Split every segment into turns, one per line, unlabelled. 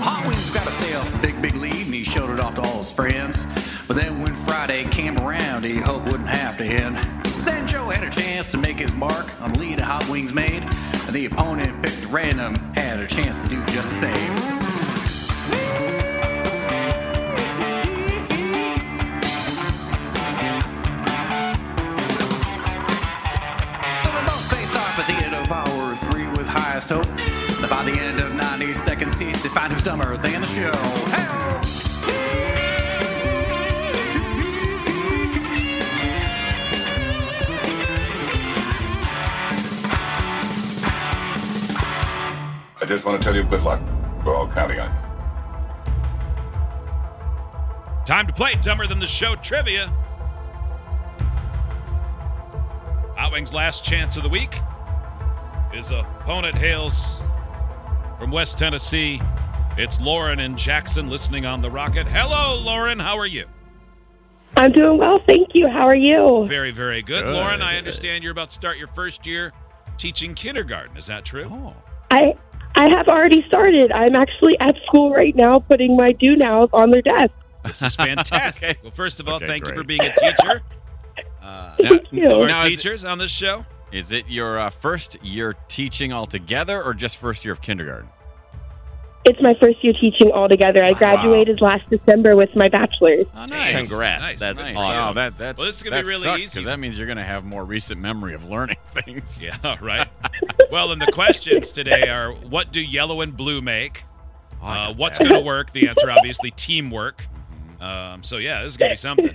Hot Wings got himself a big, big lead, and he showed it off to all his friends. But then when Friday came around, he hoped wouldn't have to end. Then Joe had a chance to make his mark on the lead a Hot Wings made, and the opponent picked random had a chance to do just the same. So they both faced off at the end of hour three with highest hope. But by the end of 90 seconds each, they find who's dumber than the show. Hey!
I just want to tell you good luck. We're all counting on you.
Time to play Dumber Than the Show trivia. Hot Wings' last chance of the week. His opponent hails from West Tennessee. It's Lauren and Jackson listening on the rocket. Hello, Lauren. How are you?
I'm doing well, thank you. How are you?
Very, very good.
Good.
Lauren, I understand you're about to start your first year teaching kindergarten. Is that true?
Oh.
I I have already started. I'm actually at school right now putting my due nows on their desk.
This is fantastic.
Okay.
Well, first of all,
Okay,
thank you
great.
for being a teacher. Uh,
Thank you.
our
Now, is,
teachers on this show.
is it your uh, first year teaching altogether or just first year of kindergarten?
It's my first year teaching altogether. I graduated last December with my bachelor's.
Oh,
nice.
Congrats.
Nice,
that's
nice.
awesome.
Wow,
that, that's,
Well, this is gonna be
that
really
sucks,
easy.
'cause that means you're going to have more recent memory of learning things.
Yeah, right. well, and the questions today are what do yellow and blue make?
Oh, I
Uh,
got
what's
that. Mm-hmm.
going to work? The answer, obviously, teamwork. Um, so, yeah, this is going to be something.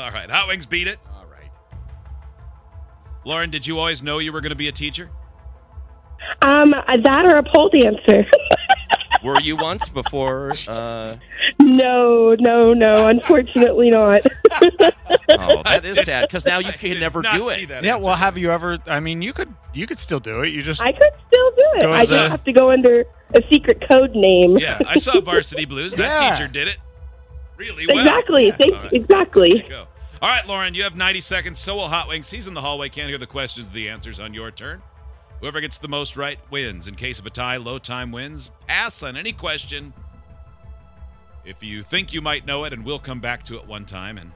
All right. Hot Wings beat it.
All right.
Lauren, did you always know you were going to be a teacher?
Um, that or a pole dancer?
Were you once before? Uh,
no, no, no. Unfortunately, not.
oh, that is sad because now you
I
can
did
never
not
do
see
it.
that
Yeah,
answer.
well, have you ever? I mean, you could you could still do it. You just
I could still do it. I just
Goes, uh,
have to go under a secret code name.
Yeah, I saw Varsity Blues. That
Yeah.
teacher did it really well.
exactly. Thank,
All right.
Exactly.
Go. All right, Lauren, you have 90 seconds. So will Hot Wings. He's in the hallway. Can't hear the questions, the answers on your turn. Whoever gets the most right wins. In case of a tie, low time wins. Pass on any question. If you think you might know it, and we'll come back to it one time. And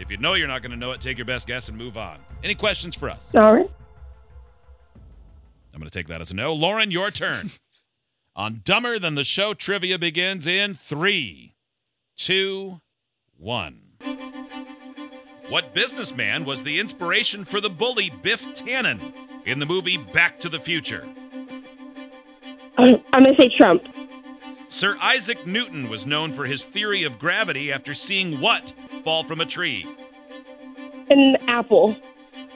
if you know you're not going to know it, take your best guess and move on. Any questions for us?
All right.
I'm going to take that as a no. Lauren, your turn. On Dumber Than the Show trivia begins in three, two, one. What businessman was the inspiration for the bully Biff Tannen in the movie Back to the Future?
I'm, Um, I'm gonna say Trump.
Sir Isaac Newton was known for his theory of gravity after seeing what fall from a tree?
An apple.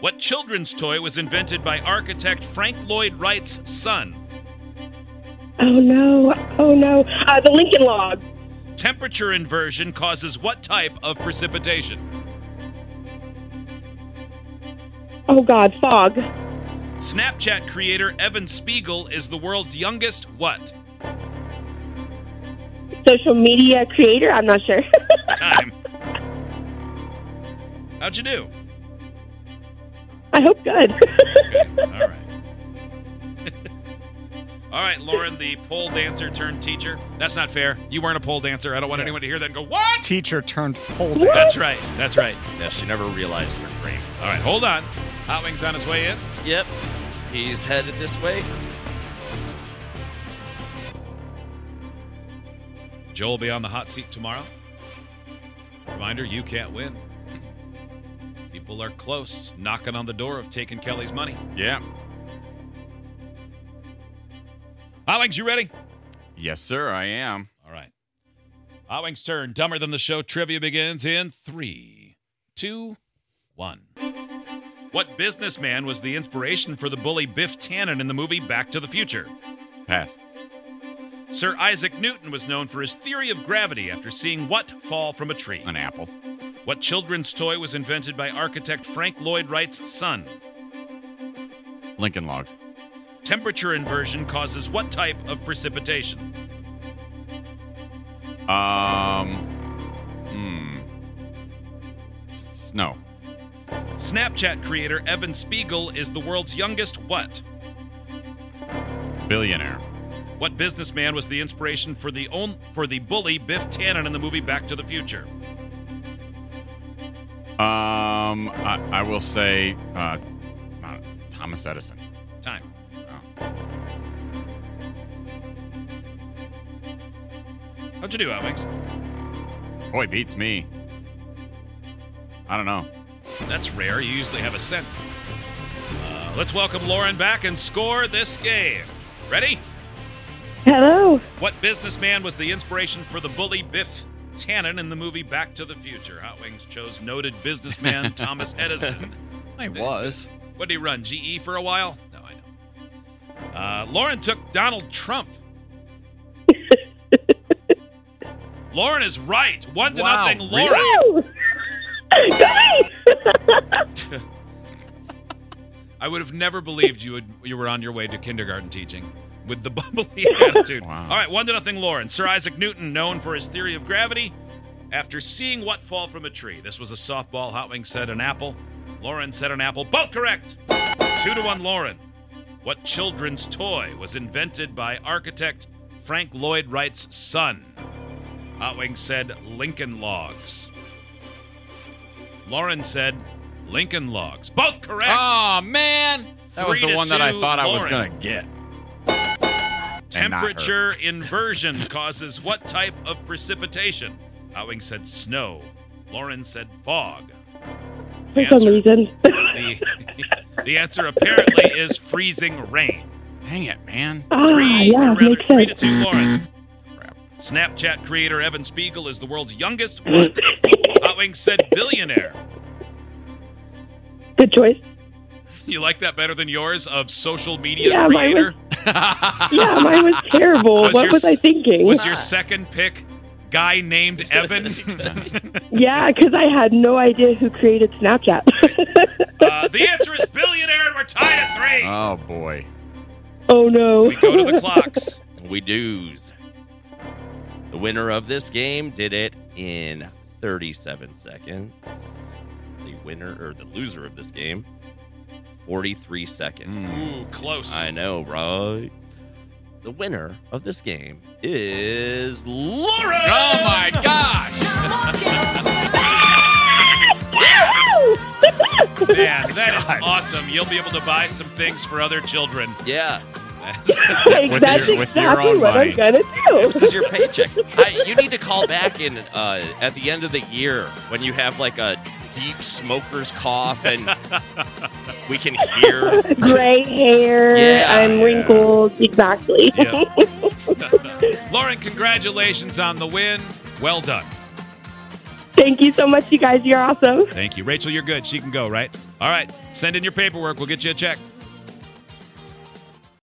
What children's toy was invented by architect Frank Lloyd Wright's son?
Oh no! Oh no! Uh, the Lincoln Log.
Temperature inversion causes what type of precipitation?
Oh God! Fog.
Snapchat creator Evan Spiegel is the world's youngest what?
Social media creator. I'm not sure.
Time. How'd you do?
I hope good.
Okay, all right. all right, Lauren, the pole dancer turned teacher. That's not fair. You weren't a pole dancer. I don't want anyone to hear that and go, what?
teacher turned pole.
That's right. That's right.
Yeah, she never realized her dream.
All right, hold on. Hot Wings on his way in.
Yep, he's headed this way.
Joel will be on the hot seat tomorrow. Reminder you can't win. People are close, knocking on the door of taking Kelly's money.
Yeah.
Hot Wings, you ready?
Yes, sir, I am.
All right. Hot Wings' turn. Dumber than the show trivia begins in three, two, one. What businessman was the inspiration for the bully Biff Tannen in the movie Back to the Future?
Pass.
Sir Isaac Newton was known for his theory of gravity after seeing what fall from a tree?
An apple.
What children's toy was invented by architect Frank Lloyd Wright's son?
Lincoln logs.
Temperature inversion causes what type of precipitation?
Um. Hmm. Snow.
Snapchat creator Evan Spiegel is the world's youngest what?
Billionaire.
What businessman was the inspiration for the own, for the bully Biff Tannen in the movie Back to the Future?
Um. I, I will say, uh, uh, Thomas Edison.
Time. Oh. How'd you do, Alex?
Boy, beats me. I don't know.
That's rare. You usually have a sense. Uh, let's welcome Lauren back and score this game. Ready?
Hello.
What businessman was the inspiration for the bully Biff Tannen in the movie Back to the Future? Hot Wings chose noted businessman Thomas Edison.
I was.
What did he run? GE for a while? No, I know. Uh, Lauren took Donald Trump. Lauren is right. One to
Wow,
nothing,
really?
Lauren.
Woo! Guys!
I would have never believed you would, you were on your way to kindergarten teaching with the bubbly attitude.
Wow.
All right, one to nothing, Lauren. Sir Isaac Newton, known for his theory of gravity, after seeing what fall from a tree. This was a softball. Hot Wing said an apple. Lauren said an apple. Both correct. Two to one, Lauren. What children's toy was invented by architect Frank Lloyd Wright's son? Hot Wing said Lincoln Logs. Lauren said Lincoln Logs. Both correct.
Oh man, that was
Three
the
to
one that I
two,
thought I was
Lauren.
gonna get. And not her.
Temperature inversion causes what type of precipitation? Howing said snow. Lauren said fog. The
For some
answer,
reason.
the, the answer apparently is freezing rain.
Dang it, man.
ah,
Three,
yeah,
or rather,
makes
three to
sense.
two, Lauren.
Crap.
Snapchat creator Evan Spiegel is the world's youngest. What? Hot Wing said billionaire.
Good choice.
You like that better than yours of social media
Yeah, mine
creator?
Yeah, mine was terrible.
Was
what
your
was I
s-
thinking?
Was your second pick guy named Evan?
yeah, because I had no idea who created Snapchat.
Uh, the answer is billionaire, and we're tied at three.
Oh boy.
oh no.
we go to the clocks.
We do's. The winner of this game did it in 37 seconds. The winner or the loser of this game, 43 seconds.
Mm.
Ooh, close.
I know, right? The winner of this game is Laura.
Oh my gosh.
Man, that is awesome. You'll be able to buy some things for other children.
Yeah,
your-
That's
with your
exactly
own
what
money.
I'm gonna
this
do.
is your paycheck. I, you need to call back in uh, at the end of the year when you have like a deep smoker's cough and we can hear.
Gray hair.
Yeah.
I'm wrinkled. Exactly.
Yep. Lauren, congratulations on the win. Well done.
Thank you so much, you guys. You're awesome.
Thank you. Rachel, you're good. She can go, right? All right. Send in your paperwork. We'll get you a check.